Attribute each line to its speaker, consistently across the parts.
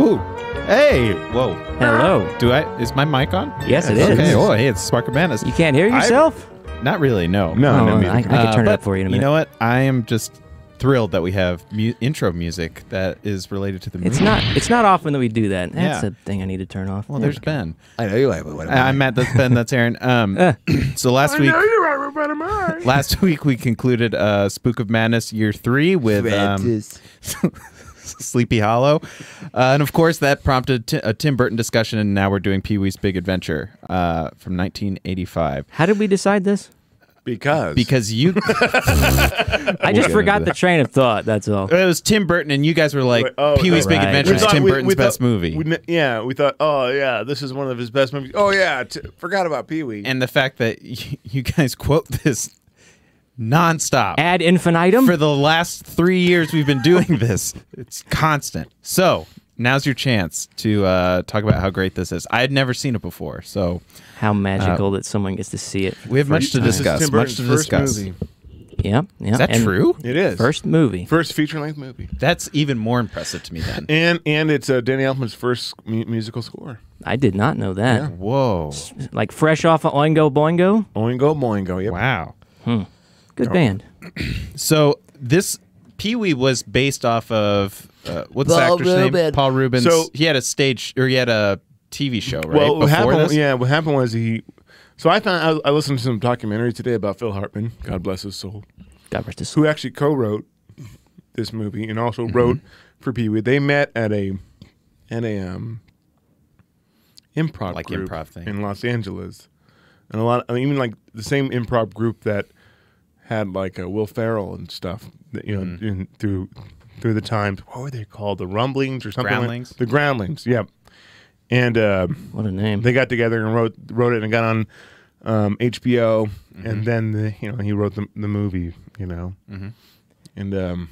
Speaker 1: Ooh. Hey. Whoa.
Speaker 2: Hello.
Speaker 1: Do I? Is my mic on?
Speaker 2: Yes, it
Speaker 1: Okay.
Speaker 2: is.
Speaker 1: Oh, hey, it's Spark of Madness.
Speaker 2: You can't hear
Speaker 1: I-
Speaker 2: yourself?
Speaker 1: Not really. No.
Speaker 2: oh,
Speaker 3: No, no,
Speaker 2: I, I
Speaker 3: music.
Speaker 2: can
Speaker 1: Uh,
Speaker 2: turn it
Speaker 1: but
Speaker 2: up for you in a minute.
Speaker 1: You know what? I am just thrilled that we have mu- intro music that is related to the movie.
Speaker 2: It's not. It's not often that we do that. That's
Speaker 1: Yeah.
Speaker 2: a thing I need to turn off.
Speaker 1: Well,
Speaker 2: Yeah.
Speaker 1: there's Ben.
Speaker 3: I know you have one.
Speaker 1: I- I'm Matt. That's Ben. That's Aaron. Um, so last week,
Speaker 3: you have a better mind.
Speaker 1: last week we concluded uh, Spook of Madness Year Three with um, Sleepy Hollow, uh, and of course that prompted t- a Tim Burton discussion, and now we're doing Pee Wee's Big Adventure uh, from 1985
Speaker 2: How did we decide this?
Speaker 3: because
Speaker 1: because
Speaker 2: I
Speaker 1: you
Speaker 2: just
Speaker 1: get into
Speaker 2: forgot
Speaker 1: that.
Speaker 2: the train of thought. That's all.
Speaker 1: it was Tim Burton, and you guys were like
Speaker 4: Right. Oh,
Speaker 1: Pee Wee's Big
Speaker 2: right.
Speaker 1: Adventure is
Speaker 2: We thought
Speaker 1: Tim
Speaker 4: we-
Speaker 1: Burton's
Speaker 4: we thought-
Speaker 1: best movie.
Speaker 4: we kn- yeah, we thought, oh yeah, this is one of his best movies.
Speaker 3: oh yeah, t- forgot about Pee Wee.
Speaker 1: and the fact that y- you guys quote this nonstop
Speaker 2: Ad infinitum.
Speaker 1: for the last three years we've been doing this. It's constant. So now's your chance to uh, talk about how great this is. I had never seen it before, so
Speaker 2: How
Speaker 1: Uh,
Speaker 2: magical that someone gets to see it.
Speaker 1: we have much to
Speaker 4: This is
Speaker 1: discuss.
Speaker 4: Tim
Speaker 1: Much
Speaker 4: Burton's
Speaker 1: to
Speaker 4: first
Speaker 1: discuss.
Speaker 4: movie.
Speaker 2: Yeah. Yeah.
Speaker 1: Is that
Speaker 2: and
Speaker 1: true?
Speaker 4: It is
Speaker 2: First movie.
Speaker 4: first feature length movie,
Speaker 1: That's even more impressive to me. Then.
Speaker 4: and and it's uh, Danny Elfman's first mu- musical score.
Speaker 2: I did not know that.
Speaker 1: Whoa!
Speaker 2: Like fresh off of Oingo Boingo.
Speaker 4: Oingo Boingo. Yep.
Speaker 1: Wow.
Speaker 2: Good band.
Speaker 1: So this Pee Wee was based off of uh, what's the
Speaker 3: Paul
Speaker 1: actor's name?
Speaker 3: Rubin.
Speaker 1: Paul Rubens.
Speaker 4: So-
Speaker 1: he had a stage or he had a TV show, right?
Speaker 4: Well, what
Speaker 1: Before
Speaker 4: happened?
Speaker 1: this?
Speaker 4: Yeah, what happened was he. So I found I, I listened to some documentary today about Phil Hartman. God bless his soul.
Speaker 2: God rest his soul.
Speaker 4: who actually co-wrote this movie and also
Speaker 1: Mm-hmm.
Speaker 4: wrote for Pee Wee. They met at a at a um, improv
Speaker 1: Like
Speaker 4: group
Speaker 1: improv thing.
Speaker 4: in Los Angeles, and a lot. I mean, even like the same improv group that had like a Will Ferrell and stuff. That, you know,
Speaker 1: Mm-hmm.
Speaker 4: in, through through the times. What were they called? The Rumblings or something? like-
Speaker 1: Groundlings?
Speaker 4: the Groundlings. Yeah. And uh,
Speaker 2: What a name.
Speaker 4: they got together and wrote wrote it and got on um, HBO,
Speaker 1: Mm-hmm.
Speaker 4: and then the, you know he wrote the, the movie, you know,
Speaker 1: Mm-hmm.
Speaker 4: and um,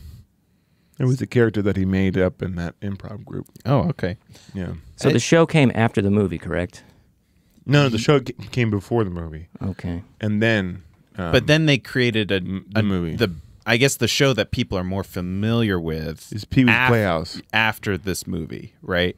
Speaker 4: it was a character that he made up in that improv group.
Speaker 1: Oh, okay.
Speaker 4: Yeah,
Speaker 2: so the show came after the movie, correct?
Speaker 4: no, no, the show ca- came before the movie,
Speaker 2: Okay.
Speaker 4: and then um,
Speaker 1: But then they created a,
Speaker 4: the
Speaker 1: a-
Speaker 4: movie.
Speaker 1: The I guess the show that people are more familiar with
Speaker 4: Is Pee Wee's
Speaker 1: af-
Speaker 4: Playhouse.
Speaker 1: after this movie, right?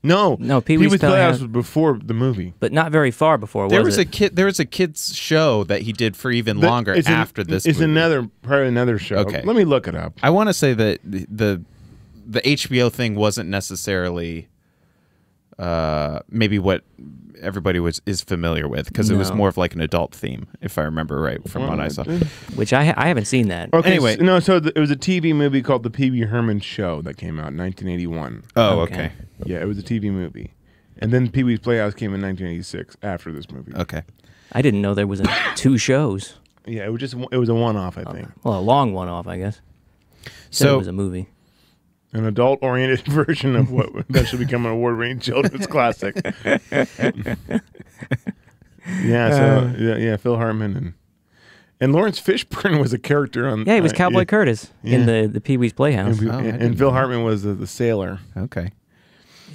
Speaker 4: no,
Speaker 2: No, Pee
Speaker 4: Pee
Speaker 2: Wee's
Speaker 4: Wee's
Speaker 2: Playhouse-
Speaker 4: Playhouse was before the movie.
Speaker 2: But not very far before.
Speaker 1: There
Speaker 2: was
Speaker 1: was
Speaker 2: it?
Speaker 1: a kid. There was a kids show that he did for even longer
Speaker 4: It's an-
Speaker 1: after this.
Speaker 4: It's
Speaker 1: movie.
Speaker 4: another probably another show.
Speaker 1: Okay.
Speaker 4: let me look it up.
Speaker 1: I want to say that the, the the HBO thing wasn't necessarily uh, maybe what everybody was is familiar with because it was
Speaker 2: No.
Speaker 1: more of like an adult theme, if I remember right from what I saw.
Speaker 2: Mm. Which I, ha- I haven't seen that.
Speaker 4: Okay,
Speaker 1: Anyway.
Speaker 4: s- no, so the, it was a TV movie called The Pee Wee Herman Show that came out in 1981.
Speaker 1: Oh,
Speaker 2: Okay.
Speaker 1: okay,
Speaker 4: Yeah, it was a TV movie. And then Pee Wee's Playhouse came in 1986 after this movie.
Speaker 1: okay.
Speaker 2: I didn't know there was a, two shows.
Speaker 4: Yeah, it was just it was a one-off, I think,
Speaker 2: Well, a long one off, I guess. Said it
Speaker 1: So
Speaker 2: was a movie.
Speaker 4: an adult-oriented version of what that should become an award-winning children's classic. yeah,
Speaker 1: Uh,
Speaker 4: so yeah, yeah, Phil Hartman and and Lawrence Fishburne was a character on.
Speaker 2: Yeah, he was
Speaker 4: uh,
Speaker 2: Cowboy Curtis in the, the Pee Wee's Playhouse.
Speaker 4: And,
Speaker 1: Oh, I
Speaker 4: and
Speaker 1: didn't
Speaker 4: Phil Hartman was the, the sailor,
Speaker 1: Okay.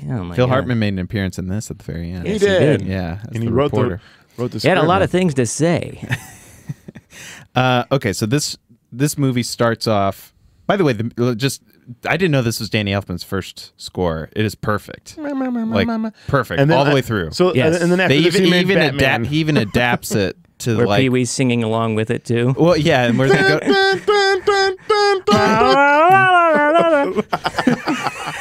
Speaker 2: Yeah, oh my
Speaker 1: Phil
Speaker 2: God.
Speaker 1: Hartman made an appearance in this at the very end.
Speaker 4: He
Speaker 2: Yes, he
Speaker 4: did.
Speaker 2: did.
Speaker 1: Yeah, as
Speaker 4: and he
Speaker 1: the
Speaker 4: wrote
Speaker 1: reporter.
Speaker 4: the wrote the.
Speaker 2: He had a
Speaker 4: script.
Speaker 2: lot of things to say.
Speaker 1: Uh, okay, so this this movie starts off. By the way, the, just I didn't know this was Danny Elfman's first score. It is perfect, like perfect,
Speaker 4: Mm. And then
Speaker 1: all the
Speaker 4: I-
Speaker 1: way through.
Speaker 4: So
Speaker 2: Yes.
Speaker 4: and then after
Speaker 1: they
Speaker 4: this,
Speaker 1: even
Speaker 4: he made
Speaker 1: even
Speaker 4: Batman.
Speaker 1: adapt. He even adapts it to
Speaker 2: Where
Speaker 1: like.
Speaker 2: Pee Wee's singing along with it, too.
Speaker 1: Well, yeah, and where's that go?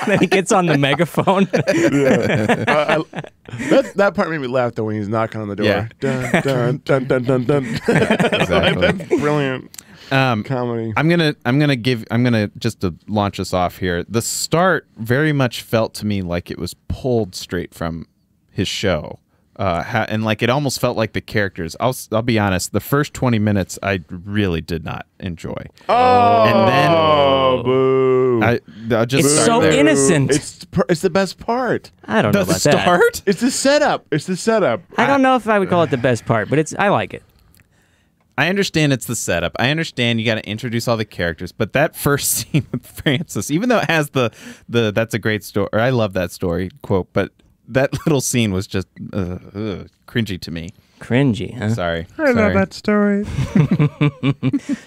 Speaker 2: then he gets on the megaphone.
Speaker 4: I- I- that, that part made me laugh though when he's knocking on the door.
Speaker 1: Yeah.
Speaker 4: Dun, dun, dun, dun, dun, dun.
Speaker 1: Exactly.
Speaker 4: Brilliant
Speaker 1: Um,
Speaker 4: comedy.
Speaker 1: I'm gonna I'm gonna give I'm gonna just to launch us off here. The start very much felt to me like it was pulled straight from his show, uh, ha- and like it almost felt like the characters. I'll s- I'll be honest. The first 20 minutes I really did not enjoy.
Speaker 4: Oh,
Speaker 1: and then-
Speaker 4: boo!
Speaker 1: I I'll just
Speaker 2: It's
Speaker 1: start
Speaker 2: so
Speaker 1: there.
Speaker 2: innocent.
Speaker 4: It's pr- it's the best part.
Speaker 2: I don't know
Speaker 1: the
Speaker 2: about that.
Speaker 1: start.
Speaker 4: It's the setup. It's the setup.
Speaker 2: I don't know if I would call it the best part, but it's I like it.
Speaker 1: I understand it's the setup. I understand you got to introduce all the characters, but that first scene with Francis, even though it has the the that's a great story. I love that story quote, but that little scene was just uh, ugh, cringy to me.
Speaker 2: Cringy, huh?
Speaker 1: Sorry. Sorry.
Speaker 4: story.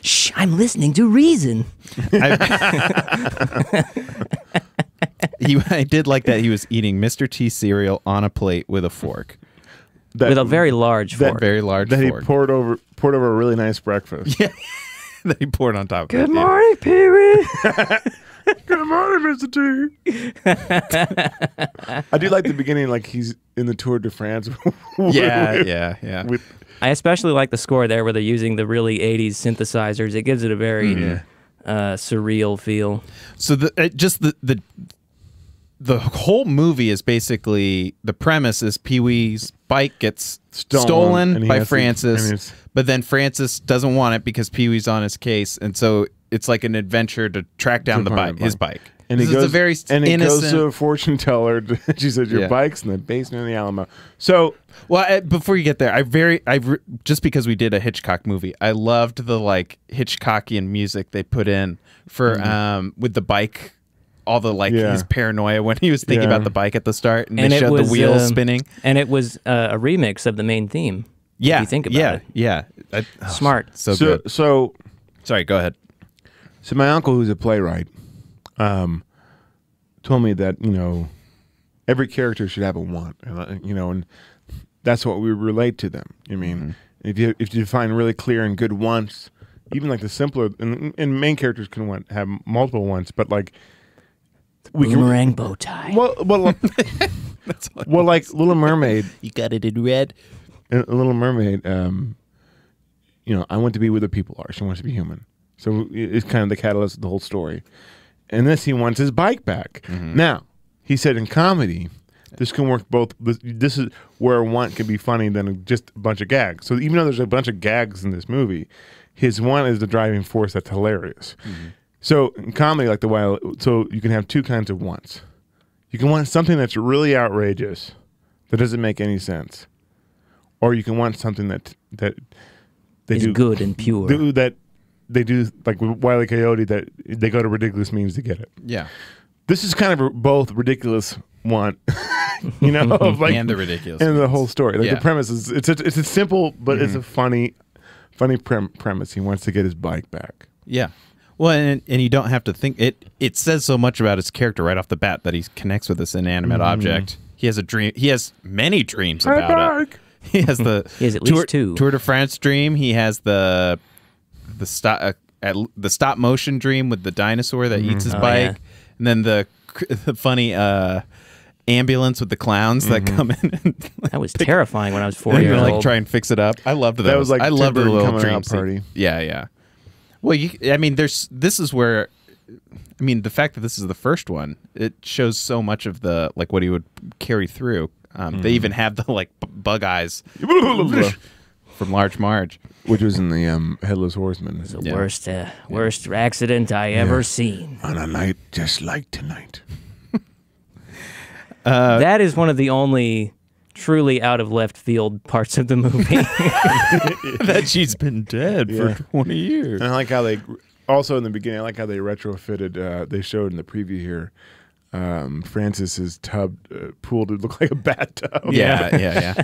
Speaker 2: Shh, I'm listening to reason.
Speaker 1: I- he, I did like that he was eating Mr. T cereal on a plate with a fork,
Speaker 4: That,
Speaker 2: with a very large
Speaker 4: that
Speaker 2: fork.
Speaker 1: very large
Speaker 4: that he
Speaker 1: fork
Speaker 4: poured over poured over a really nice breakfast.
Speaker 1: that he poured on top of
Speaker 2: Good
Speaker 1: it. yeah.
Speaker 2: morning, Pee Wee.
Speaker 4: Good morning, Mr. T. I do like the beginning, like he's in the Tour de France.
Speaker 1: Yeah, yeah, yeah.
Speaker 4: with,
Speaker 2: I especially like the score there where they're using the really 80s synthesizers. It gives it a very uh, surreal feel.
Speaker 1: So the it just the the the whole movie is basically the premise is Pee Wee's bike gets
Speaker 4: Stolen,
Speaker 1: stolen,
Speaker 4: and he
Speaker 1: by
Speaker 4: has to- and
Speaker 1: Francis,
Speaker 4: he's-
Speaker 1: but then Francis doesn't want it because Pee Wee's on his case, and so it's like an adventure to track down the
Speaker 4: find
Speaker 1: bike,
Speaker 4: the
Speaker 1: his
Speaker 4: bike.
Speaker 1: bike.
Speaker 4: and
Speaker 1: this
Speaker 4: he
Speaker 1: is
Speaker 4: goes
Speaker 1: a very
Speaker 4: and he
Speaker 1: innocent.
Speaker 4: goes to a fortune teller. she says, "Your
Speaker 1: Yeah.
Speaker 4: bike's in the basement of the Alamo." So
Speaker 1: Well, I, before you get there, I very I re- just because we did a Hitchcock movie, I loved the like Hitchcockian music they put in for um with the bike, all the like
Speaker 4: Mm-hmm. Yeah.
Speaker 1: his paranoia when he was thinking
Speaker 4: Yeah.
Speaker 1: about the bike at the start, and,
Speaker 2: And
Speaker 1: they
Speaker 2: it
Speaker 1: showed
Speaker 2: was
Speaker 1: the wheels
Speaker 2: um,
Speaker 1: spinning.
Speaker 2: And it was uh, a remix of the main theme.
Speaker 1: Yeah,
Speaker 2: If you think about
Speaker 1: yeah,
Speaker 2: it.
Speaker 1: yeah. I- oh,
Speaker 2: Smart.
Speaker 1: So,
Speaker 4: so
Speaker 1: good.
Speaker 4: so
Speaker 1: Sorry, go ahead.
Speaker 4: So my uncle, who's a playwright, um, told me that you know every character should have a want, and I- you know, and that's what we relate to them. I mean,
Speaker 1: Mm-hmm.
Speaker 4: if you if you define really clear and good wants, even like the simpler and, and main characters can want have multiple wants, but like we can.
Speaker 2: Boomerang bow tie.
Speaker 4: Well, well, like- well, like Little Mermaid,
Speaker 1: You got it in red.
Speaker 4: in Little Mermaid, um, you know, I want to be where the people are. She wants to be human. So i- it's kind of the catalyst of the whole story. And this, he wants his bike back. Now, he said in comedy, this can work both. This, this is where a want can be funny than just a bunch of gags. So even though there's a bunch of gags in this movie, his want is the driving force that's hilarious. So in comedy, like the wild, so you can have two kinds of wants. You can want something that's really outrageous, that doesn't make any sense, or you can want something that that they
Speaker 2: Is
Speaker 4: do
Speaker 2: good and pure.
Speaker 4: do that they do like with Wile E. Coyote that they go to ridiculous means to get it.
Speaker 1: Yeah,
Speaker 4: This is kind of both ridiculous want, you know, of like
Speaker 1: and the ridiculous.
Speaker 4: and the whole story. Like
Speaker 1: Yeah. Mm-hmm.
Speaker 4: the premise is it's a, it's a simple but it's a funny funny prem- premise. He wants to get his bike back.
Speaker 1: Yeah. Well, and, and you don't have to think it. It says so much about his character right off the bat that he connects with this inanimate
Speaker 2: Mm.
Speaker 1: object. He has a dream. He has many dreams
Speaker 4: My
Speaker 1: about it.
Speaker 4: bike.
Speaker 1: He has the
Speaker 2: He has at
Speaker 1: tour,
Speaker 2: least two.
Speaker 1: Tour de France dream. He has the the stop uh, at, the stop motion dream with the dinosaur that eats his bike,
Speaker 2: Mm-hmm. Oh, yeah.
Speaker 1: and then the cr- the funny uh, ambulance with the clowns that
Speaker 2: Mm-hmm.
Speaker 1: come in and,
Speaker 2: that was terrifying when I was four
Speaker 1: and
Speaker 2: years
Speaker 1: like
Speaker 2: old.
Speaker 1: try and fix it up. I loved those.
Speaker 4: was like
Speaker 1: I
Speaker 4: Tim
Speaker 1: loved the
Speaker 4: Burton
Speaker 1: little
Speaker 4: coming
Speaker 1: dream
Speaker 4: out
Speaker 1: scene.
Speaker 4: party.
Speaker 1: Yeah, yeah. Well, you, I mean, there's this is where, I mean, the fact that this is the first one, it shows so much of the like what he would carry through. Um, They even have the like b- bug eyes from Large Marge.
Speaker 4: Which was in the um, Headless Horseman.
Speaker 2: the worst, uh, worst accident I ever seen.
Speaker 4: On a night just like tonight.
Speaker 2: that is one of the only truly out of left field parts of the movie.
Speaker 1: that she's been dead
Speaker 4: Yeah.
Speaker 1: for twenty years.
Speaker 4: And I like how they also in the beginning. I like how they retrofitted. Uh, they showed in the preview here. Um, Francis's tub uh, pool to look like a bathtub.
Speaker 1: Yeah, yeah,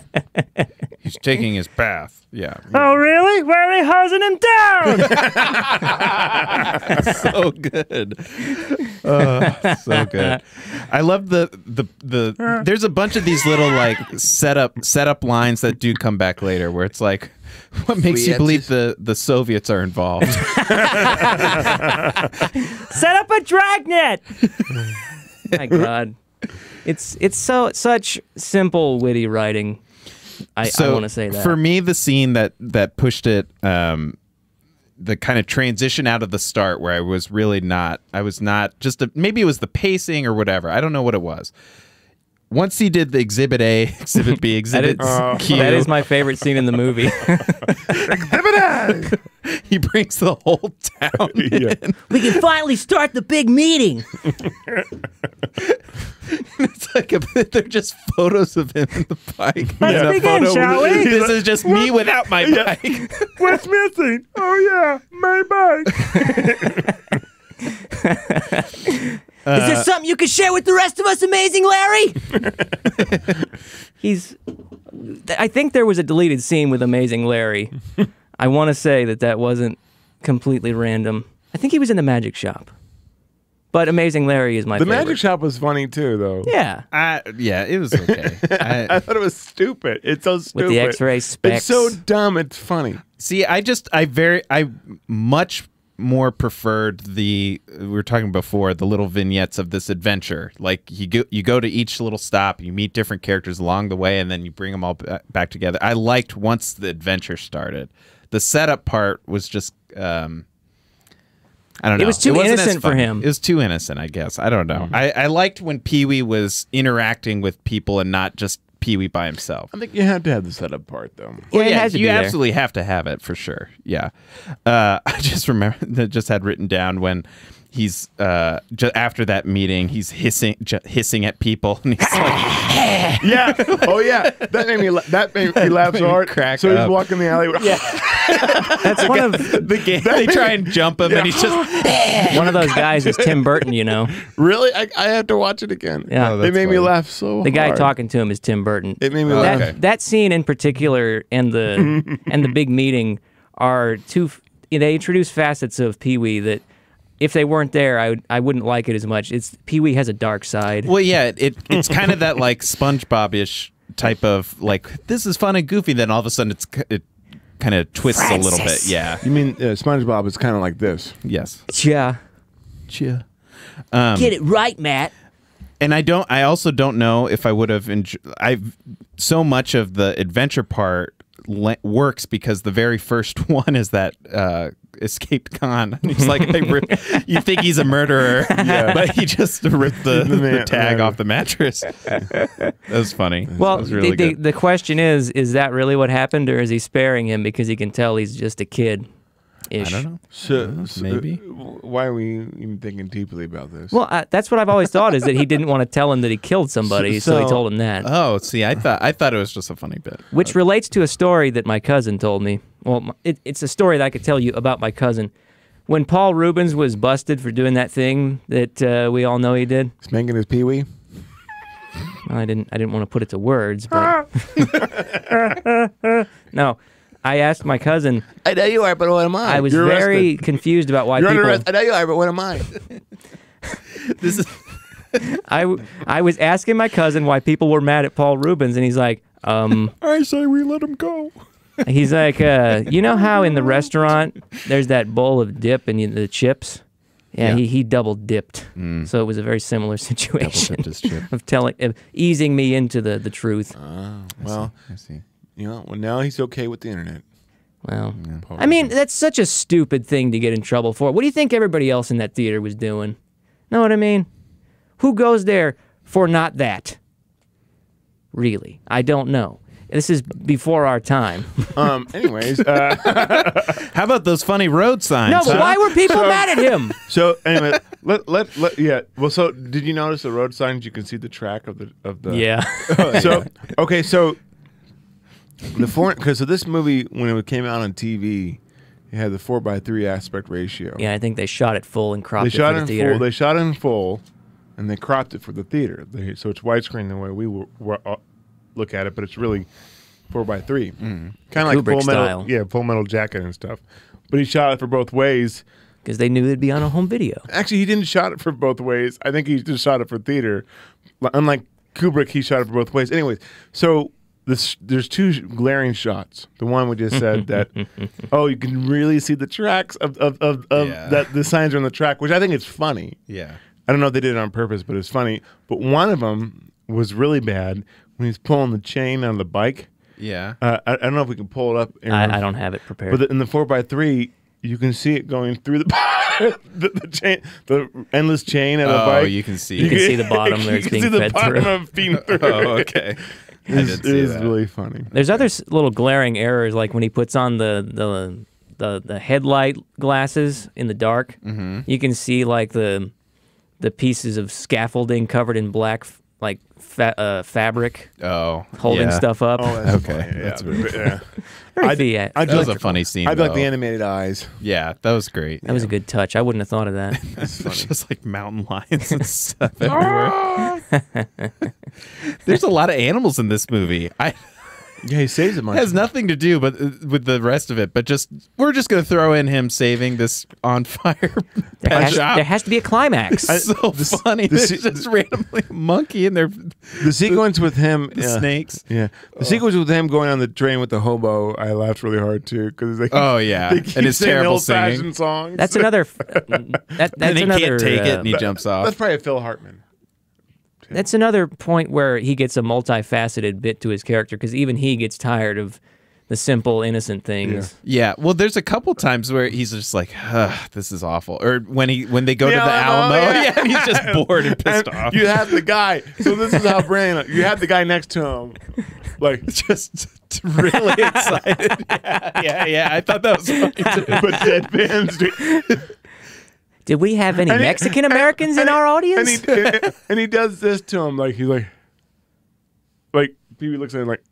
Speaker 1: yeah. He's taking his bath. Yeah,
Speaker 2: oh, really? Where are they hosing him down?
Speaker 1: so good. Uh, so good. I love the the the. There's a bunch of these little like setup setup lines that do come back later, where it's like, what makes you believe the the Soviets are involved?
Speaker 2: Set up a dragnet. My God, it's it's so such simple witty writing. I, I want to say that
Speaker 1: for me, the scene that that pushed it, um, the kind of transition out of the start where I was really not, I was not just a, maybe it was the pacing or whatever. I don't know what it was. Once he did the exhibit A, exhibit B,
Speaker 2: That is,
Speaker 1: exhibit Q,
Speaker 2: that is my favorite scene in the movie.
Speaker 1: he brings the whole town.
Speaker 4: yeah.
Speaker 2: we can finally start the big meeting.
Speaker 1: It's like a, they're just photos of him in the bike. And a
Speaker 2: begin,
Speaker 1: photo
Speaker 2: shall
Speaker 1: with-
Speaker 2: we?
Speaker 1: This is just me without my bike.
Speaker 4: What's missing? Oh yeah, my bike.
Speaker 2: Is there something you can share with the rest of us, Amazing Larry? He's. th- I think there was a deleted scene with Amazing Larry. I want to say that that wasn't completely random. I think he was in the magic shop. But Amazing Larry is my
Speaker 4: The
Speaker 2: favorite.
Speaker 4: Magic Shop was funny too, though.
Speaker 2: Yeah.
Speaker 1: I, yeah, it was okay.
Speaker 4: I
Speaker 1: I,
Speaker 4: thought it was stupid. It's so
Speaker 2: With
Speaker 4: stupid.
Speaker 2: the X-ray
Speaker 4: It's
Speaker 2: specs.
Speaker 4: so dumb. It's funny.
Speaker 1: see, I just I very I much more preferred the we were talking before the little vignettes of this adventure. Like you go you go to each little stop, you meet different characters along the way, and then you bring them all ba- back together. I liked once the adventure started. The setup part was just. Um, I don't
Speaker 2: It
Speaker 1: know.
Speaker 2: was too
Speaker 1: wasn't as
Speaker 2: innocent for
Speaker 1: fun.
Speaker 2: him. Mm-hmm.
Speaker 1: It was too innocent, I guess. I don't know. I, I liked when Pee Wee was interacting with people and not just Pee Wee by himself.
Speaker 4: I think you have to have the setup part, though.
Speaker 2: Yeah, it has to
Speaker 1: you
Speaker 2: be there.
Speaker 1: absolutely have to have it for sure. Yeah, uh, I just remember that just had written down when he's uh, ju- after that meeting, he's hissing ju- hissing at people, and he's like,
Speaker 4: Yeah. Oh yeah. That made me. La- that made me laugh so hard.
Speaker 1: crack
Speaker 4: so
Speaker 1: up.
Speaker 4: he's walking the alley. Yeah.
Speaker 2: That's one of
Speaker 1: the game. They try and jump him, and he's just
Speaker 2: one of those guys is Tim Burton, you know.
Speaker 4: Really? I, I have to watch it again.
Speaker 2: Yeah. Oh,
Speaker 4: it
Speaker 1: that's
Speaker 4: made
Speaker 1: funny.
Speaker 4: me laugh so.
Speaker 2: The guy
Speaker 4: hard.
Speaker 2: talking to him is Tim Burton.
Speaker 4: It made me
Speaker 2: that,
Speaker 4: laugh.
Speaker 2: that scene in particular and the and the big meeting are two f- they introduce facets of Pee-wee that if they weren't there I would I wouldn't like it as much. It's Pee-wee has a dark side.
Speaker 1: well, yeah. It, it it's kind of that like SpongeBob ish type of like this is fun and goofy. Then all of a sudden, it's k- it kind of twists a little bit.
Speaker 2: Francis.
Speaker 1: Yeah.
Speaker 4: You mean uh, SpongeBob is kind of like this?
Speaker 1: Yes.
Speaker 2: Yeah.
Speaker 1: Cheer.
Speaker 2: Um, Get it right, Matt.
Speaker 1: and I don't. I also don't know if I would have. Enj- I've so much of the adventure part le- works because the very first one is that uh, escaped con. He's like, I rip, you think he's a murderer, but he just ripped the, the,
Speaker 4: man-
Speaker 1: tag
Speaker 4: man.
Speaker 1: off the mattress. that was funny.
Speaker 2: Well,
Speaker 1: that was really
Speaker 2: the, the,
Speaker 1: good.
Speaker 2: the question is is that really what happened or is he sparing him because he can tell he's just a kid?
Speaker 1: I don't know.
Speaker 2: Uh,
Speaker 4: So, so- uh,
Speaker 1: maybe.
Speaker 4: Why are we even thinking deeply about this?
Speaker 2: Well, I, that's what I've always thought is that he didn't want to tell him that he killed somebody, so, he
Speaker 4: so- uh,
Speaker 2: told him that.
Speaker 1: Oh, see, I thought I thought it was just a funny bit.
Speaker 2: which relates to a story that my cousin told me. Well, my- it, it's a story that I could tell you about my cousin. When Paul Rubens was busted for doing that thing that uh, we all know he did,
Speaker 4: Spanking his pee wee.
Speaker 2: well, I didn't. I didn't want to put it to words, but no. I asked my cousin.
Speaker 4: I know you are, but what am I?
Speaker 2: I was
Speaker 4: You're
Speaker 2: very
Speaker 4: arrested.
Speaker 2: confused about why
Speaker 4: You're under
Speaker 2: people.
Speaker 4: arrest. I know you are, but what am I?
Speaker 1: This is
Speaker 2: I, w- I was asking my cousin why people were mad at Paul Rubens, and he's like, um,
Speaker 1: I say we let him go.
Speaker 2: he's like, uh, you know how in the restaurant there's that bowl of dip and you, the chips? Yeah,
Speaker 1: Yeah.
Speaker 2: He, he double dipped. So it was a very similar situation
Speaker 1: Just chip.
Speaker 2: of telling, of easing me into the, the truth.
Speaker 4: well,
Speaker 1: I see.
Speaker 4: you know. Well, now he's okay with the internet.
Speaker 2: well, I mean, that's such a stupid thing to get in trouble for. What do you think everybody else in that theater was doing? Know what I mean? Who goes there for not that? Really? I don't know. This is before our time.
Speaker 4: Um. Anyways. Uh,
Speaker 1: How about those funny road signs?
Speaker 2: No, but
Speaker 1: huh?
Speaker 2: why were people mad at him?
Speaker 4: So anyway, let, let let yeah. Well, so did you notice the road signs? You can see the track of the of the So okay, so the four because so this movie when it came out on TV, it had the four by three aspect ratio.
Speaker 2: Yeah, I think they shot it full and cropped
Speaker 4: they
Speaker 2: it
Speaker 4: shot it
Speaker 2: for the
Speaker 4: in
Speaker 2: theater.
Speaker 4: full. They shot it in full, and they cropped it for the theater. They, so it's widescreen the way we were, were, uh, look at it, but it's really four by three, kind of like
Speaker 2: Kubrick
Speaker 4: full metal.
Speaker 2: style.
Speaker 4: Yeah, full metal jacket and stuff. But he shot it for both ways.
Speaker 2: because they knew it'd be on a home video.
Speaker 4: Actually, he didn't shot it for both ways. I think he just shot it for theater. Li- Unlike Kubrick, he shot it for both ways. Anyways, so this there's two sh- glaring shots. The one we just said that oh, you can really see the tracks of of, of, of
Speaker 1: Yeah.
Speaker 4: that the signs are on the track, which I think is funny.
Speaker 1: Yeah.
Speaker 4: I don't know if they did it on purpose, but it's funny. But one of them was really bad when he's pulling the chain on the bike.
Speaker 1: Yeah.
Speaker 4: Uh, I, I don't know if we can pull it up. Aaron.
Speaker 2: I, I don't have it prepared.
Speaker 4: But the, in the four by three, you can see it going through the the, the chain, the endless chain of the
Speaker 1: Oh,
Speaker 4: bike.
Speaker 1: you can see it.
Speaker 2: You can see the bottom
Speaker 4: you
Speaker 2: where it's
Speaker 4: can see
Speaker 2: being
Speaker 4: the
Speaker 2: fed
Speaker 4: bottom
Speaker 2: through.
Speaker 4: of being through.
Speaker 1: oh, okay. I
Speaker 4: It's-
Speaker 1: did
Speaker 4: it
Speaker 1: see
Speaker 4: is
Speaker 1: that.
Speaker 4: really funny.
Speaker 2: There's other s- little glaring errors, like when he puts on the the the, the headlight glasses in the dark.
Speaker 4: Mm-hmm.
Speaker 2: You can see like the the pieces of scaffolding covered in black f- like fa- uh, fabric
Speaker 1: Oh,
Speaker 2: holding
Speaker 1: yeah.
Speaker 2: stuff up.
Speaker 4: Oh, that's
Speaker 1: Okay,
Speaker 4: funny.
Speaker 1: that's
Speaker 4: yeah,
Speaker 1: really-
Speaker 4: but- yeah.
Speaker 2: Very
Speaker 4: I'd-
Speaker 2: thea-
Speaker 4: I'd
Speaker 1: That was
Speaker 4: like
Speaker 1: a funny scene.
Speaker 4: I'd like
Speaker 1: though.
Speaker 4: the animated eyes.
Speaker 1: Yeah, that was great.
Speaker 2: that was a good touch. I wouldn't have thought of that.
Speaker 1: It's just like mountain lions and stuff
Speaker 4: Ah!
Speaker 1: everywhere. There's a lot of animals in this movie. I
Speaker 4: Yeah, he saves a bunch.
Speaker 1: has nothing to do but uh, with the rest of it. But just we're just gonna throw in him saving this on fire.
Speaker 2: There
Speaker 1: pet
Speaker 2: has,
Speaker 1: shop.
Speaker 2: there has to be a climax.
Speaker 1: It's so funny.
Speaker 4: the
Speaker 1: There's
Speaker 4: se-
Speaker 1: just randomly a monkey in there.
Speaker 4: the sequence with him,
Speaker 1: The Oh.
Speaker 4: yeah.
Speaker 1: snakes.
Speaker 4: Yeah, the sequence with him going on the train with the hobo, I laughed really hard too because like
Speaker 1: Oh, yeah.
Speaker 4: they
Speaker 1: And
Speaker 4: keep
Speaker 1: his
Speaker 4: singing
Speaker 1: terrible
Speaker 4: old-fashioned
Speaker 1: singing.
Speaker 4: songs.
Speaker 2: that's another. f- That, that's
Speaker 1: and he
Speaker 2: another.
Speaker 1: can't take it,
Speaker 2: uh,
Speaker 1: and he jumps
Speaker 4: that's
Speaker 1: off.
Speaker 4: probably a Phil Hartman.
Speaker 2: That's another point where he gets a multifaceted bit to his character because even he gets tired of the simple, innocent things.
Speaker 1: Yeah. Well, there's a couple times where he's just like, "Ugh, "This is awful," or when he when they go to
Speaker 4: The
Speaker 1: the
Speaker 4: Alamo,
Speaker 1: Alamo,
Speaker 4: yeah.
Speaker 1: yeah. he's just bored and pissed off.
Speaker 4: You had the guy. So this is how Brandon. You had the guy next to him, like.
Speaker 1: just really excited. Yeah, yeah, yeah. I thought that was funny too.
Speaker 4: But deadpan street.
Speaker 2: Did we have any
Speaker 4: he-
Speaker 2: Mexican Americans in
Speaker 4: and he-
Speaker 2: our
Speaker 4: and
Speaker 2: audience?
Speaker 4: he and he does this to him like he's like like Pee Wee looks at him like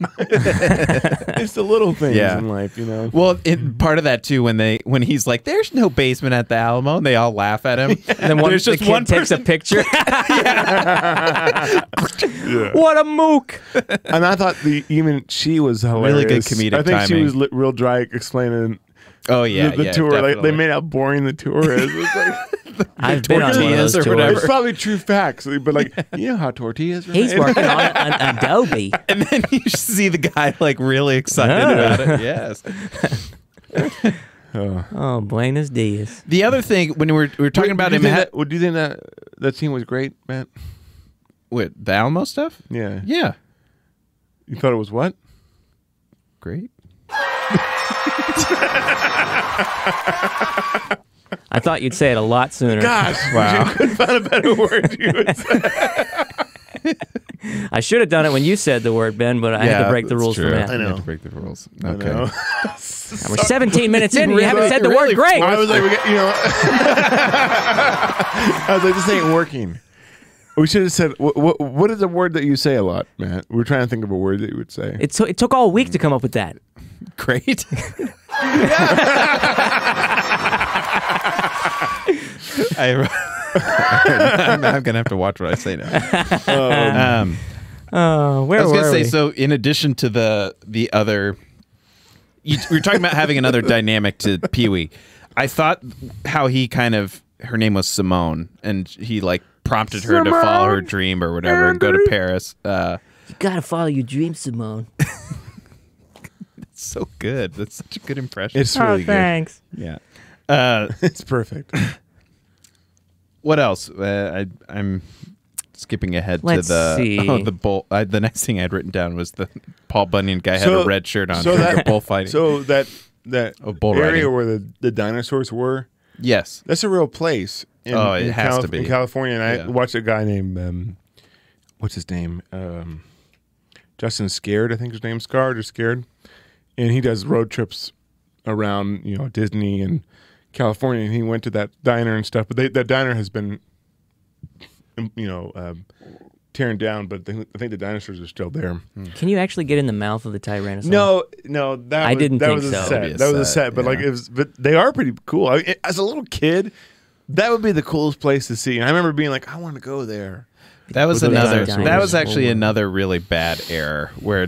Speaker 4: it's the little things
Speaker 1: Yeah.
Speaker 4: in life, you know.
Speaker 1: Well, it, part of that too when they when he's like, "There's no basement at the Alamo," and they all laugh at him.
Speaker 2: and then one,
Speaker 1: there's
Speaker 2: the
Speaker 1: just
Speaker 2: kid
Speaker 1: one
Speaker 2: takes a
Speaker 1: person-
Speaker 2: picture. What a mook!
Speaker 4: And I thought the even she was hilarious.
Speaker 1: good comedic
Speaker 4: I think she
Speaker 1: timing.
Speaker 4: was li- real dry explaining
Speaker 1: Oh yeah,
Speaker 4: the, the
Speaker 1: yeah,
Speaker 4: tour. Like, they
Speaker 1: definitely.
Speaker 4: made how boring the tour is. It's, like,
Speaker 2: I've been on one of
Speaker 1: tortillas
Speaker 2: those
Speaker 1: or whatever.
Speaker 4: it's
Speaker 2: tours.
Speaker 4: probably true facts, but like you know how tortillas. Right?
Speaker 2: He's working on an Adobe.
Speaker 1: and then you see the guy like really excited about it. Yes.
Speaker 2: Oh, Buenos Dias.
Speaker 1: The other thing when we were, we were talking about
Speaker 4: do you
Speaker 1: him,
Speaker 4: think
Speaker 1: ha-
Speaker 4: that, well, do you think that that scene was great, Matt?
Speaker 1: wait, the Alamo stuff.
Speaker 4: Yeah.
Speaker 1: Yeah,
Speaker 4: You thought it was what?
Speaker 1: great.
Speaker 2: I thought you'd say it a lot sooner.
Speaker 4: Gosh,
Speaker 1: Wow.
Speaker 4: couldn't find a better word. You would say.
Speaker 2: I should have done it when you said the word, Ben, but I had to
Speaker 1: Yeah,
Speaker 2: break the
Speaker 1: that's
Speaker 2: rules for
Speaker 1: true.
Speaker 2: that.
Speaker 1: You
Speaker 2: And
Speaker 1: had
Speaker 4: know.
Speaker 1: to break the rules.
Speaker 4: know.
Speaker 1: Okay.
Speaker 2: We're 17 minutes in, and you haven't
Speaker 1: really-
Speaker 2: said the
Speaker 1: you
Speaker 2: word
Speaker 1: really
Speaker 2: great.
Speaker 4: I was like, we got, you know, I was like, this ain't working. We should have said, what, what, what is a word that you say a lot, Matt? We We're trying to think of a word that you would say.
Speaker 2: It, took it took all week to come up with that.
Speaker 1: Great. I, I'm, I'm gonna have to watch what I say now. Um,
Speaker 2: Uh, where
Speaker 1: I was
Speaker 2: were
Speaker 1: gonna say
Speaker 2: we?
Speaker 1: so. In addition to the the other, you, we were talking about having another dynamic to Pee Wee. I thought how he kind of her name was Simone, and he like prompted her to follow her dream or whatever and go to Paris. Uh,
Speaker 2: you gotta follow your dreams, Simone.
Speaker 1: so good. That's such a good impression.
Speaker 4: It's really good.
Speaker 1: yeah.
Speaker 4: It's perfect.
Speaker 1: Uh, what else? Uh, I, I'm skipping ahead
Speaker 2: Let's
Speaker 1: to the
Speaker 2: see.
Speaker 1: Oh, the bull. I, the next thing I'd written down was the Paul Bunyan guy had a red shirt on during the bullfighting.
Speaker 4: So that that
Speaker 1: Oh, bull
Speaker 4: area
Speaker 1: riding.
Speaker 4: where the, the dinosaurs were,
Speaker 1: yes,
Speaker 4: that's a real place. In,
Speaker 1: Oh, it
Speaker 4: in
Speaker 1: has to
Speaker 4: Calif- in
Speaker 1: be.
Speaker 4: California. And I
Speaker 1: Yeah.
Speaker 4: watched a guy named um, what's his name? Um, Justin Scared, I think his name's Scared or Scared, and he does road trips around you know Disney and California. And he went to that diner and stuff, but they, that diner has been you know um, tearing down. But they, I think the dinosaurs are still there.
Speaker 2: Can you actually get in the mouth of the Tyrannosaurus?
Speaker 4: No, no, that
Speaker 2: I
Speaker 4: was,
Speaker 2: didn't
Speaker 4: that
Speaker 2: think
Speaker 4: was a
Speaker 2: so.
Speaker 4: set.
Speaker 1: That'd be a
Speaker 4: that was a
Speaker 1: set,
Speaker 4: set, but like
Speaker 1: yeah.
Speaker 4: it was, but they are pretty cool. I mean, as a little kid, that would be the coolest place to see. And I remember being like, I want to go there.
Speaker 1: that was
Speaker 2: With the
Speaker 1: another.
Speaker 2: dinosaurs.
Speaker 1: That was actually
Speaker 2: Oh.
Speaker 1: another really bad error where.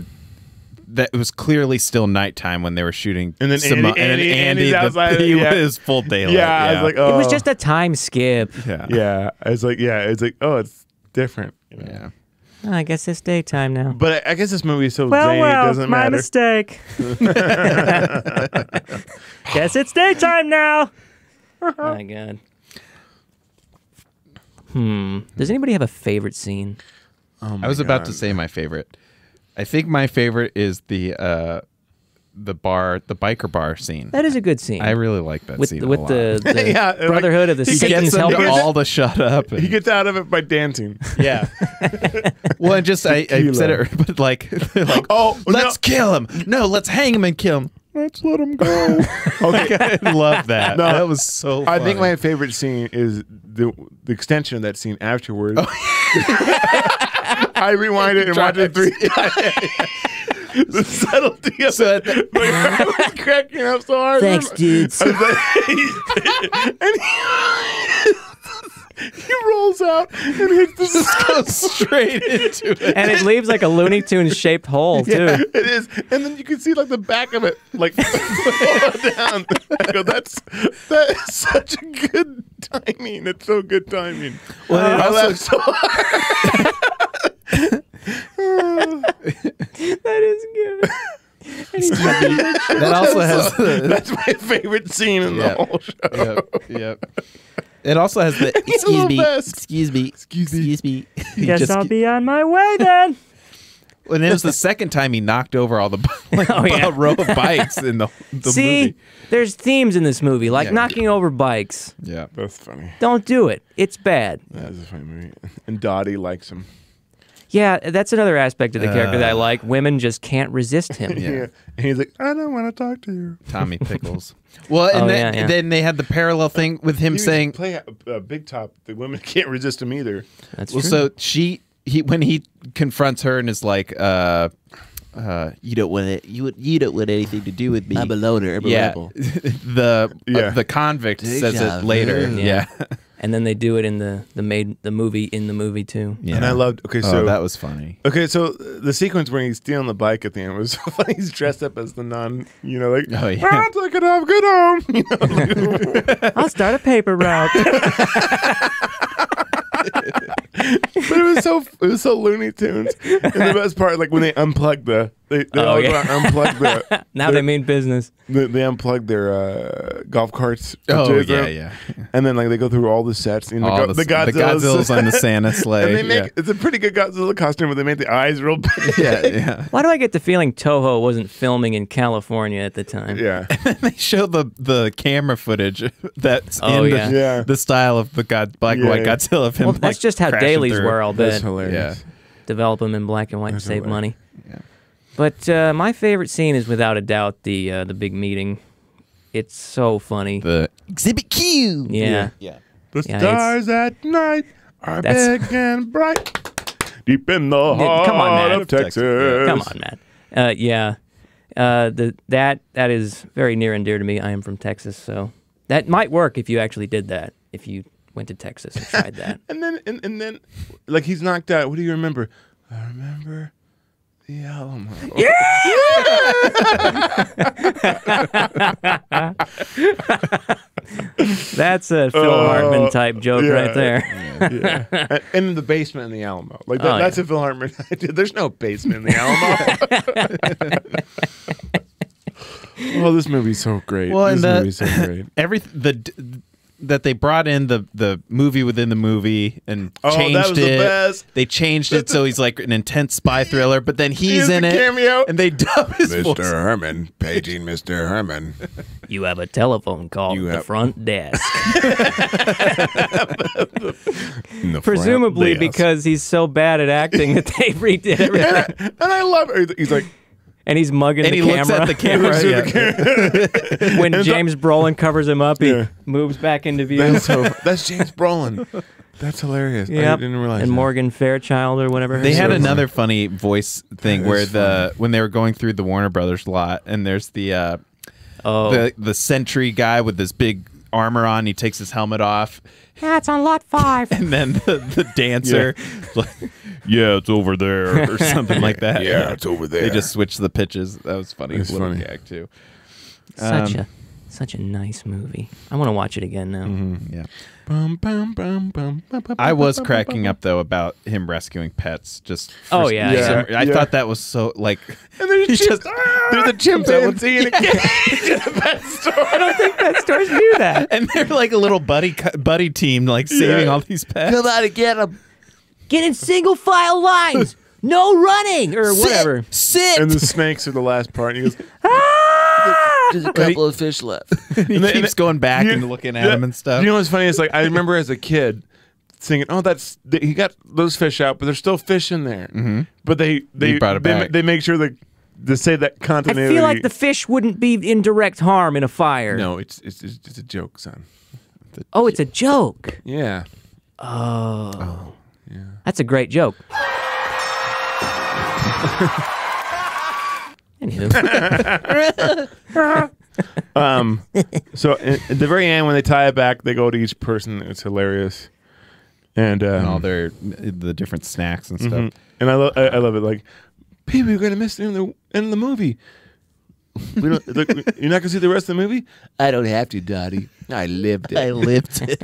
Speaker 1: That it was clearly still nighttime when they were shooting,
Speaker 4: And then
Speaker 1: Simo-
Speaker 4: Andy- Andy-
Speaker 1: and
Speaker 4: Andy's
Speaker 1: Andy,
Speaker 4: outside,
Speaker 1: the, he
Speaker 4: yeah.
Speaker 1: was full daylight.
Speaker 4: yeah, I was like, oh,
Speaker 2: It was just a time skip.
Speaker 1: yeah,
Speaker 4: yeah. I was like, yeah, it's like, oh, it's different. you know?
Speaker 1: yeah.
Speaker 2: Oh, I guess it's daytime now.
Speaker 4: But I, I guess this movie is so
Speaker 2: Well,
Speaker 4: zany,
Speaker 2: well,
Speaker 4: it doesn't
Speaker 2: my
Speaker 4: matter.
Speaker 2: mistake. Guess it's daytime now. my God. Hmm. Does anybody have a favorite scene?
Speaker 4: Oh my
Speaker 1: I was about to
Speaker 4: God.
Speaker 1: say my favorite. I think my favorite is the uh, the bar, the biker bar scene.
Speaker 2: That is a good scene.
Speaker 1: I really like that
Speaker 2: with
Speaker 1: scene. a
Speaker 2: with
Speaker 1: lot.
Speaker 2: the, the
Speaker 4: Yeah, like,
Speaker 2: Brotherhood of the
Speaker 1: he
Speaker 2: Satan's
Speaker 1: gets them
Speaker 2: Helpers.
Speaker 1: all to shut up.
Speaker 4: He
Speaker 1: and-
Speaker 4: gets out of it by dancing.
Speaker 1: yeah. well, and just I, I said it, but like, they're like
Speaker 4: Oh, no.
Speaker 1: let's kill him. No, let's hang him and kill him. Let's let him go. okay, I love that.
Speaker 4: No.
Speaker 1: that was so.
Speaker 4: I think
Speaker 1: funny.
Speaker 4: my favorite scene is the the extension of that scene afterwards.
Speaker 1: Oh.
Speaker 4: I rewind it and watch it three times. the subtlety of
Speaker 1: So
Speaker 4: so
Speaker 1: at the-
Speaker 4: I was cracking up so hard.
Speaker 2: Thanks, dudes.
Speaker 4: I was like- and he, he rolls out and hits the
Speaker 1: Just goes straight into it.
Speaker 2: and it leaves like a Looney Tunes shaped hole too.
Speaker 4: It is, and then you can see like the back of it, like fall down. I go, that's that is such a good timing. It's so good timing.
Speaker 1: Well, it
Speaker 4: I
Speaker 1: also-
Speaker 4: laughed so hard.
Speaker 2: That is good.
Speaker 1: That also has the
Speaker 4: That's my favorite scene in
Speaker 1: Yep.
Speaker 4: the whole show.
Speaker 1: yep, yep. It also has the excuse
Speaker 4: little
Speaker 1: me,
Speaker 4: vest.
Speaker 1: excuse me, excuse me, excuse me. He
Speaker 2: Guess
Speaker 1: just-
Speaker 2: I'll be on my way then.
Speaker 1: And it was the second time he knocked over all the bi- like
Speaker 2: Oh, yeah.
Speaker 1: a row of bikes in the, the
Speaker 2: See,
Speaker 1: movie.
Speaker 2: there's themes in this movie, like
Speaker 1: Yeah.
Speaker 2: knocking over bikes.
Speaker 1: Yeah,
Speaker 4: That's funny.
Speaker 2: Don't do it. It's bad.
Speaker 4: That is a funny movie. And Dottie likes him.
Speaker 2: Yeah, that's another aspect of the character that I like. Women just can't resist him.
Speaker 1: Uh, Yeah.
Speaker 4: And he's like, I don't want to talk to you.
Speaker 1: Tommy Pickles. Well, and
Speaker 2: Oh,
Speaker 1: then,
Speaker 2: yeah, yeah.
Speaker 1: then they had the parallel thing with him
Speaker 4: He
Speaker 1: saying,
Speaker 4: play uh, Big Top. The women can't resist him either.
Speaker 2: That's
Speaker 1: well,
Speaker 2: true.
Speaker 1: so she he when he confronts her and is like, uh, uh, you don't want it, you you don't want anything to do with me.
Speaker 5: I'm a loner. I'm a
Speaker 1: yeah,
Speaker 5: rebel.
Speaker 1: the
Speaker 4: Yeah.
Speaker 1: uh, the convict says
Speaker 5: Deja
Speaker 1: it later.
Speaker 5: vu.
Speaker 1: Yeah,
Speaker 2: and then they do it in the the made the movie in the movie too.
Speaker 1: yeah.
Speaker 4: And I loved. Okay,
Speaker 1: Oh,
Speaker 4: so
Speaker 1: that was funny.
Speaker 4: Okay, so uh, the sequence where he's stealing the bike at the end was so funny. He's dressed up as the nun, you know, like,
Speaker 1: Oh, yeah.
Speaker 4: "Ah, take it off, get home. You know,
Speaker 2: I'll start a paper route.
Speaker 4: but it was so it was so Looney Tunes. And the best part, like when they unplug the, they, they
Speaker 2: Oh,
Speaker 4: all
Speaker 2: yeah.
Speaker 4: go out and unplug the,
Speaker 2: now they mean business.
Speaker 4: they, they unplug their uh, golf carts.
Speaker 1: Oh
Speaker 4: which is, uh,
Speaker 1: yeah, yeah.
Speaker 4: And then like they go through all the sets, you know,
Speaker 1: All
Speaker 4: the, the, Godzilla,
Speaker 1: Godzilla's on the Santa
Speaker 4: and
Speaker 1: sleigh.
Speaker 4: they make it's a pretty good Godzilla costume, but they make the eyes real big.
Speaker 1: yeah, yeah, yeah.
Speaker 2: Why do I get the feeling Toho wasn't filming in California at the time?
Speaker 4: yeah.
Speaker 1: they show the the camera footage that's
Speaker 2: Oh,
Speaker 1: in
Speaker 2: yeah.
Speaker 1: The,
Speaker 4: Yeah.
Speaker 1: the style of the God Black and
Speaker 4: Yeah,
Speaker 1: White
Speaker 4: yeah.
Speaker 1: Godzilla. Of him,
Speaker 2: Well, that's
Speaker 1: like,
Speaker 2: just how
Speaker 1: crashing
Speaker 2: dailies
Speaker 1: through.
Speaker 2: were. I'll
Speaker 4: That's
Speaker 2: bet.
Speaker 1: Yeah,
Speaker 4: hilarious.
Speaker 2: Develop them in black and white and save money.
Speaker 1: Yeah.
Speaker 2: But uh, my favorite scene is without a doubt the uh, the big meeting. It's so funny.
Speaker 1: the Exhibit Q.
Speaker 2: yeah.
Speaker 1: yeah.
Speaker 4: The
Speaker 2: Yeah, it's-
Speaker 4: stars at night are
Speaker 2: That's-
Speaker 4: big and bright. Deep in the
Speaker 2: come on,
Speaker 4: heart
Speaker 2: man.
Speaker 4: of Texas.
Speaker 2: Come on, Matt. Uh, yeah, uh, the that that is very near and dear to me. I am from Texas, so that might work if you actually did that. If you went to Texas and tried that,
Speaker 4: And then and, and then like he's knocked out. What do you remember? I remember the Alamo.
Speaker 2: that's a Phil
Speaker 4: Oh,
Speaker 2: Hartman type joke
Speaker 4: yeah.
Speaker 2: right there.
Speaker 4: Yeah. and, and the basement in the Alamo. Like that,
Speaker 2: Oh,
Speaker 4: that's
Speaker 2: yeah.
Speaker 4: a Phil Hartman. idea. There's no basement in the Alamo. well, Oh, this movie's so great.
Speaker 1: Well,
Speaker 4: this
Speaker 1: and the-
Speaker 4: movie's so great.
Speaker 1: Every the d- that they brought in the the movie within the movie and
Speaker 4: Oh, that
Speaker 1: changed
Speaker 4: was the
Speaker 1: it.
Speaker 4: best.
Speaker 1: They changed it so he's like an intense spy thriller, but then he's
Speaker 4: is
Speaker 1: in
Speaker 4: a
Speaker 1: it
Speaker 4: cameo.
Speaker 1: and they dub his
Speaker 3: Mr.
Speaker 1: voice.
Speaker 3: Herman, paging Mr. Herman.
Speaker 2: You have a telephone call
Speaker 3: You
Speaker 2: at the
Speaker 3: have-
Speaker 2: front desk,
Speaker 3: in the front
Speaker 2: presumably
Speaker 3: desk.
Speaker 2: because he's so bad at acting that they redid everything,
Speaker 4: And I love it. He's like,
Speaker 2: and he's mugging
Speaker 1: And
Speaker 2: the
Speaker 1: he
Speaker 2: camera.
Speaker 1: looks at the camera. yeah.
Speaker 2: when James Brolin covers him up, he
Speaker 4: Yeah.
Speaker 2: moves back into view.
Speaker 4: that's, so, that's James Brolin. That's hilarious. I
Speaker 2: Yep.
Speaker 4: didn't realize
Speaker 2: And
Speaker 4: that.
Speaker 2: Morgan Fairchild or whatever. her
Speaker 1: They had
Speaker 2: name is.
Speaker 1: another funny voice thing
Speaker 4: That
Speaker 1: where
Speaker 4: is
Speaker 1: the when they were going through the Warner Brothers lot and there's the uh
Speaker 2: Oh.
Speaker 1: the the sentry guy with this big armor on, he takes his helmet off
Speaker 2: Yeah, it's on lot five.
Speaker 1: and then the, the dancer like, yeah, it's over there or something like that.
Speaker 3: Yeah, it's over there.
Speaker 1: They just switched the pitches. That was funny.
Speaker 4: That's
Speaker 1: Little
Speaker 4: funny.
Speaker 1: gag too.
Speaker 2: such
Speaker 1: Um,
Speaker 2: a such a nice movie. I want to watch it again now.
Speaker 4: Mm-hmm.
Speaker 1: Yeah.
Speaker 4: Bum, bum, bum, bum, bum, bum,
Speaker 1: I
Speaker 4: bum,
Speaker 1: was
Speaker 4: bum,
Speaker 1: cracking
Speaker 4: bum,
Speaker 1: up though about him rescuing pets. Just for
Speaker 2: Oh, yeah,
Speaker 1: some-
Speaker 4: yeah.
Speaker 1: I
Speaker 4: Yeah.
Speaker 1: thought that was so like.
Speaker 4: And there's
Speaker 1: He's
Speaker 4: just,
Speaker 1: just- "Ah!"
Speaker 4: they're the chimpanzee in a cage.
Speaker 2: I don't think that stores knew that.
Speaker 1: And they're like a little buddy co- buddy team, like saving all these pets.
Speaker 5: Come on and get him.
Speaker 2: Get in single file lines. No running or whatever.
Speaker 1: Sit.
Speaker 4: and the snakes are the last part. And he goes,
Speaker 5: There's a couple of fish left.
Speaker 1: he
Speaker 4: and
Speaker 1: keeps
Speaker 4: the-
Speaker 1: going back
Speaker 4: you-
Speaker 1: and looking at
Speaker 4: yeah.
Speaker 1: him and stuff.
Speaker 4: You know what's funny? It's like I remember as a kid singing, "Oh, that's th- he got those fish out, but there's still fish in there." Mm-hmm. But they they
Speaker 1: brought it
Speaker 4: they, ma-
Speaker 1: back.
Speaker 4: they make sure that to say that
Speaker 2: I
Speaker 4: continuity.
Speaker 2: feel like the fish wouldn't be in direct harm in a fire.
Speaker 4: no, it's it's it's it's a joke, son.
Speaker 2: Oh, it's a joke.
Speaker 4: Yeah.
Speaker 2: Oh.
Speaker 4: Oh.
Speaker 2: That's a great joke. Anywho,
Speaker 4: Um. so at at the very end, when they tie it back, they go to each person. It's hilarious. and, um,
Speaker 1: and all their the different snacks and stuff.
Speaker 4: mm, and I, lo- I, I love it. Like, people are gonna miss the end of the, end of the movie. We don't. look, you're not gonna see the rest of the movie.
Speaker 5: I don't have to, Dottie. I lived it. I lived it.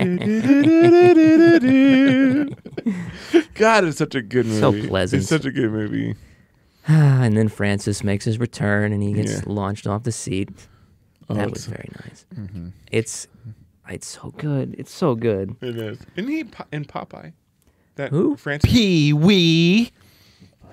Speaker 4: God, it's such a good movie.
Speaker 2: So pleasant.
Speaker 4: It's such a good movie.
Speaker 2: and then Francis makes his return and he gets
Speaker 4: Yeah. Oh,
Speaker 2: launched off the seat. that
Speaker 4: it's-
Speaker 2: was very nice.
Speaker 4: Mm-hmm.
Speaker 2: It's it's so good. It's so good.
Speaker 4: It is. Isn't he po- in Popeye? That
Speaker 2: Who?
Speaker 4: Francis.
Speaker 1: Pee wee.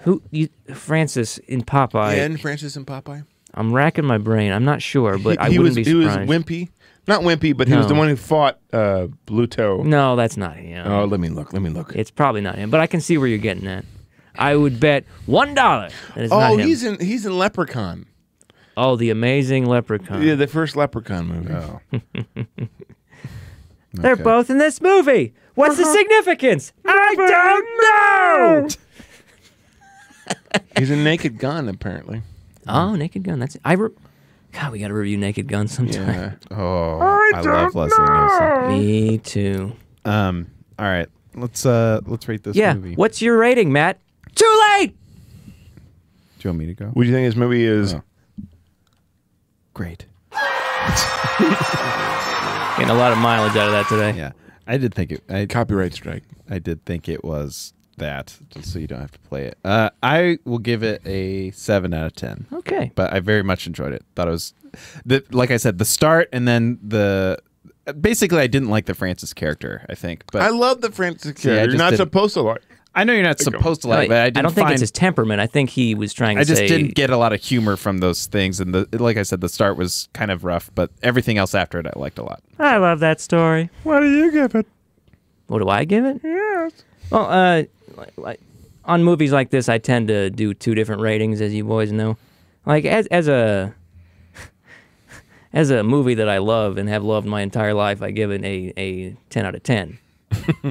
Speaker 2: Who you Francis in Popeye?
Speaker 4: and Francis and Popeye.
Speaker 2: I'm racking my brain. I'm not sure, but I
Speaker 4: he
Speaker 2: wouldn't
Speaker 4: was
Speaker 2: be
Speaker 4: he was
Speaker 2: surprised.
Speaker 4: wimpy, not wimpy, but he was
Speaker 2: No.
Speaker 4: the one who fought uh, Bluto.
Speaker 2: no, that's not him.
Speaker 4: Oh, let me look. Let me look.
Speaker 2: It's probably not him, but I can see where you're getting at. I would bet one dollar that it's
Speaker 4: oh,
Speaker 2: not him.
Speaker 4: he's in he's in Leprechaun.
Speaker 2: Oh, the amazing leprechaun.
Speaker 4: Yeah, the first Leprechaun movie.
Speaker 1: Oh.
Speaker 2: They're
Speaker 1: Okay. Uh-huh.
Speaker 2: both in this movie. What's the significance? I don't know.
Speaker 4: He's in Naked Gun apparently.
Speaker 2: Oh, Naked Gun. That's I. Re- God, we gotta review Naked Gun sometime.
Speaker 4: Yeah.
Speaker 1: Oh, I, love Leslie Nielsen.
Speaker 2: Me too.
Speaker 1: Um, all right, let's uh let's rate this
Speaker 2: Yeah.
Speaker 1: movie.
Speaker 2: What's your rating, Matt? Too late.
Speaker 1: do you want me to go?
Speaker 4: What do you think his movie is?
Speaker 1: Oh. Great.
Speaker 2: Getting a lot of mileage out of that today.
Speaker 1: Yeah, I did think it. I
Speaker 4: Copyright strike.
Speaker 1: I did think it was that. Just so you don't have to play it. Uh, I will give it a seven out of ten.
Speaker 2: Okay.
Speaker 1: but I very much enjoyed it. Thought it was, the like I said, the start and then the. Basically, I didn't like the Francis character. I think, but
Speaker 4: I
Speaker 1: I,
Speaker 4: love the Francis character. You're
Speaker 1: just
Speaker 4: not
Speaker 1: didn't-
Speaker 4: supposed to like.
Speaker 1: know you're not supposed to like.
Speaker 2: No,
Speaker 1: But I, didn't
Speaker 2: don't think
Speaker 1: find,
Speaker 2: it's his temperament. I think he was trying to
Speaker 1: I just
Speaker 2: say-
Speaker 1: didn't get a lot of humor from those things, and the like I said, the start was kind of rough, but everything else after it, I liked a lot.
Speaker 2: I love that story. Hmm?
Speaker 4: What do you give it?
Speaker 2: What do I give it?
Speaker 4: Yes.
Speaker 2: Well, uh, li- like, on movies like this, I tend to do two different ratings, as you boys know. Like as as a as a movie that I love and have loved my entire life, I give it a a ten out of ten.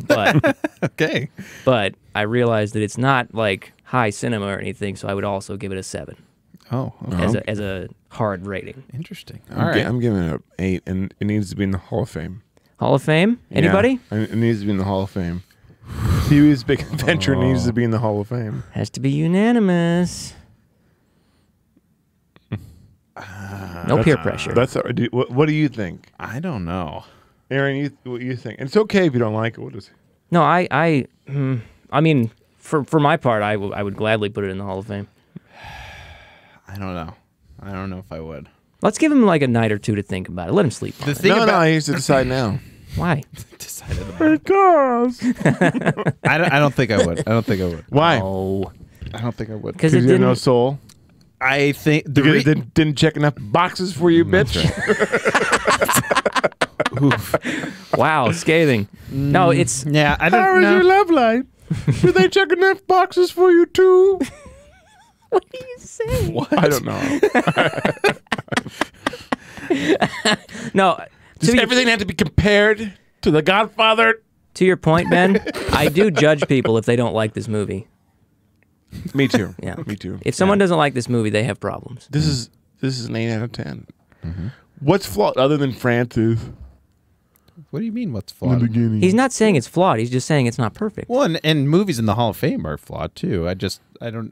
Speaker 2: but
Speaker 1: Okay,
Speaker 2: but I realize that it's not like high cinema or anything, so I would also give it a seven
Speaker 1: oh,
Speaker 2: as a as a hard rating.
Speaker 1: interesting. All
Speaker 4: All right.
Speaker 1: right,
Speaker 4: I'm giving it a eight, and it needs to be in the Hall of Fame.
Speaker 2: Hall of Fame? Anybody?
Speaker 4: Yeah, it needs to be in the Hall of Fame. Pee Wee's Big
Speaker 2: Oh.
Speaker 4: Adventure needs to be in the Hall of Fame.
Speaker 2: Has to be unanimous. no peer pressure.
Speaker 4: That's all right. Do- what, what do you think,
Speaker 1: I don't know.
Speaker 4: Aaron? You what you think? And it's okay if you don't like it. We'll just
Speaker 2: No, I, I, mm, I mean, for for my part, I will- I would gladly put it in the Hall of Fame.
Speaker 1: I don't know. I don't know if I would.
Speaker 2: Let's give him like a night or two to think about it. Let him sleep. on
Speaker 1: The
Speaker 2: it.
Speaker 1: thing
Speaker 4: no,
Speaker 1: about
Speaker 4: no. He needs to decide now.
Speaker 2: Why?
Speaker 1: decided about-
Speaker 4: Because
Speaker 1: I don't. I don't think I would. I don't think I would.
Speaker 4: why?
Speaker 2: Oh,
Speaker 1: I don't think I would.
Speaker 4: Because
Speaker 2: because it
Speaker 4: you have
Speaker 2: didn't.
Speaker 4: no soul.
Speaker 1: I think the
Speaker 4: Because
Speaker 1: re-
Speaker 4: it didn't, didn't check enough boxes for you, bitch.
Speaker 2: wow, scathing. No,
Speaker 1: Mm.
Speaker 2: it's
Speaker 1: yeah. I
Speaker 4: How
Speaker 1: don't
Speaker 4: is
Speaker 1: know.
Speaker 4: your love life? Did they check enough boxes for you too?
Speaker 2: what do you say?
Speaker 4: I don't know.
Speaker 2: No, to,
Speaker 4: Does
Speaker 2: your-
Speaker 4: everything have to be compared to The Godfather?
Speaker 2: to your point, Ben, I do judge people if they don't like this movie.
Speaker 4: Me too.
Speaker 2: Yeah.
Speaker 4: Me too.
Speaker 2: If someone doesn't like this movie, they have problems.
Speaker 4: This is this is an eight out of 10 Mm-hmm. What's flawed other than Francis?
Speaker 1: What do you mean? What's flawed?
Speaker 4: beginning.
Speaker 2: He's not saying it's flawed. He's just saying it's not perfect.
Speaker 1: Well, and, and movies in the Hall of Fame are flawed too. I just I don't.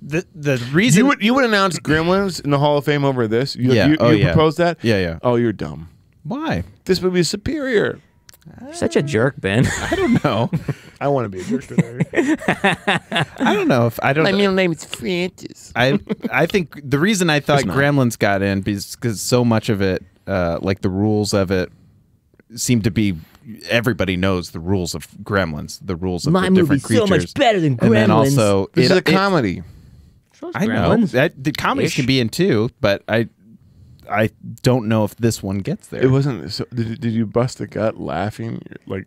Speaker 1: The the reason
Speaker 4: you would you would announce Gremlins in the Hall of Fame over this? You,
Speaker 1: Yeah.
Speaker 4: you,
Speaker 1: Oh,
Speaker 4: you
Speaker 1: yeah.
Speaker 4: proposed that?
Speaker 1: Yeah, yeah.
Speaker 4: Oh, you're dumb.
Speaker 1: why
Speaker 4: This movie is superior.
Speaker 2: You're such a jerk, Ben.
Speaker 1: I don't know.
Speaker 4: I want to be a jerk today.
Speaker 1: I don't know if I don't.
Speaker 5: My middle name is Francis.
Speaker 1: I I think the reason I thought Gremlins got in because so much of it, uh, like the rules of it, seem to be everybody knows the rules of Gremlins, the rules of
Speaker 5: My
Speaker 1: the different
Speaker 5: movie's so
Speaker 1: creatures.
Speaker 5: much better than
Speaker 1: And then
Speaker 5: Gremlins.
Speaker 1: also,
Speaker 4: this
Speaker 1: it,
Speaker 4: is a
Speaker 1: it-
Speaker 4: comedy.
Speaker 1: I know that the comedies
Speaker 2: Ish.
Speaker 1: can be in too, but I I don't know if this one gets there.
Speaker 4: it wasn't. So, did, did you bust the gut laughing? Like,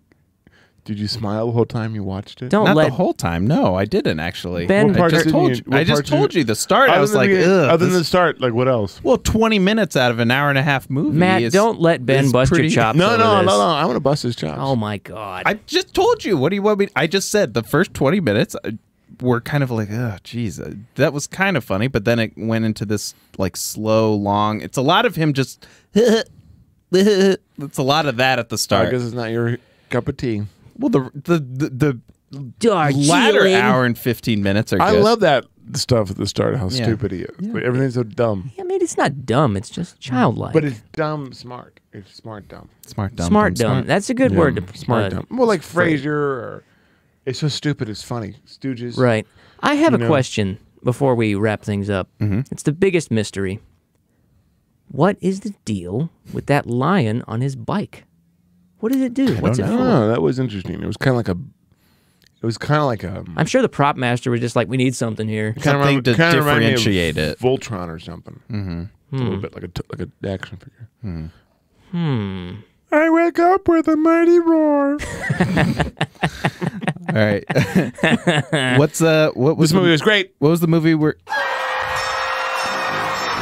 Speaker 4: did you smile the whole time you watched it?
Speaker 2: Don't
Speaker 1: Not
Speaker 2: let
Speaker 1: the whole time. No, I didn't actually.
Speaker 2: Ben, What
Speaker 1: I
Speaker 2: parts
Speaker 1: just
Speaker 4: didn't
Speaker 1: told
Speaker 4: you-
Speaker 1: you.
Speaker 4: what
Speaker 1: I just
Speaker 4: parts did you-
Speaker 1: told you the start. I
Speaker 4: Other
Speaker 1: was
Speaker 4: than the
Speaker 1: like,
Speaker 4: beginning-
Speaker 1: Ugh,
Speaker 4: other than
Speaker 1: this-
Speaker 4: the start, like what else?
Speaker 1: well, twenty minutes out of an hour and a half movie.
Speaker 2: Matt,
Speaker 1: is-
Speaker 2: don't let Ben
Speaker 1: is
Speaker 2: bust your
Speaker 1: pretty-
Speaker 2: chops.
Speaker 4: No,
Speaker 2: over
Speaker 4: no, no,
Speaker 2: this.
Speaker 4: no. I want to bust his chops.
Speaker 2: Oh my god.
Speaker 1: I just told you. What do you want me? I just said the first twenty minutes uh, were kind of like, oh, geez, uh, that was kind of funny. But then it went into this like slow, long. It's a lot of him just. it's a lot of that at the
Speaker 4: I
Speaker 1: start.
Speaker 4: guess it's not your cup of tea.
Speaker 1: Well, the the the, the
Speaker 2: Dark
Speaker 1: latter
Speaker 2: Keeling.
Speaker 1: hour and fifteen minutes are.
Speaker 4: I
Speaker 1: good.
Speaker 4: love that stuff at the start. How
Speaker 1: Yeah.
Speaker 4: stupid he is. But everything's so dumb.
Speaker 2: I mean, it's not dumb. It's just childlike.
Speaker 4: Mm. But it's dumb, smart. It's smart, dumb.
Speaker 1: smart dumb.
Speaker 2: smart dumb. That's a good word. To,
Speaker 4: Smart,
Speaker 2: uh,
Speaker 4: dumb. Well, like Frasier. Or, it's so stupid. It's funny. Stooges.
Speaker 2: Right. I have a
Speaker 4: know? Mm-hmm.
Speaker 2: question before we wrap things up. It's the biggest mystery. What is the deal with that lion on his bike? What does it do? What's it for?
Speaker 4: Oh, that was interesting. It was kind of like a. It was kind of like a.
Speaker 2: I'm sure the prop master was just like, we need something here.
Speaker 4: kinda
Speaker 1: Something to
Speaker 4: kinda reminded me of
Speaker 1: differentiate it.
Speaker 4: Voltron or something. Mm-hmm. A little bit like a t- like an action figure. Hmm. I wake up with a mighty roar.
Speaker 1: All right. What's uh? What was
Speaker 4: this movie
Speaker 1: the,
Speaker 4: was great.
Speaker 1: What was the movie where?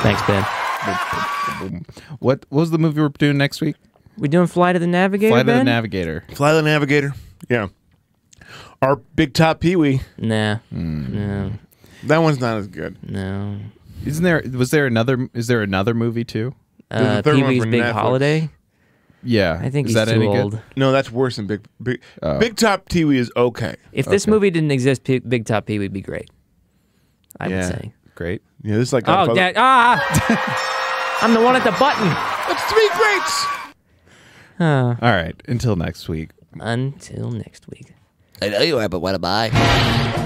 Speaker 2: Thanks, Ben.
Speaker 1: What, what was the movie we're doing next week?
Speaker 2: We doing Flight of the Navigator?
Speaker 1: Flight of the
Speaker 2: ben?
Speaker 1: Navigator.
Speaker 4: Fly the Navigator. Yeah. Our big top Pee Wee.
Speaker 2: Nah.
Speaker 4: Hmm.
Speaker 2: No.
Speaker 4: That one's not as good.
Speaker 2: No.
Speaker 1: Isn't there? Was there another? Is there another movie too?
Speaker 4: There's a
Speaker 2: Uh,
Speaker 4: third
Speaker 2: Pee
Speaker 4: one
Speaker 2: Wee's
Speaker 4: for
Speaker 2: Big
Speaker 4: Netflix.
Speaker 2: Holiday?
Speaker 1: Yeah.
Speaker 2: I think
Speaker 1: is
Speaker 2: he's
Speaker 1: that any
Speaker 2: too
Speaker 1: good?
Speaker 2: old.
Speaker 4: No, that's worse than Big Big Big Top Pee Wee is okay.
Speaker 2: If this movie didn't exist, P- Big Top Pee would be great. I
Speaker 1: Yeah.
Speaker 2: would say.
Speaker 1: Great.
Speaker 4: Yeah, this is like
Speaker 2: Oh,
Speaker 4: Godfather-
Speaker 2: that, ah! I'm the one at the button.
Speaker 4: It's three greats.
Speaker 1: All right. Until next week.
Speaker 2: Until next week.
Speaker 5: I know you are, but what am I?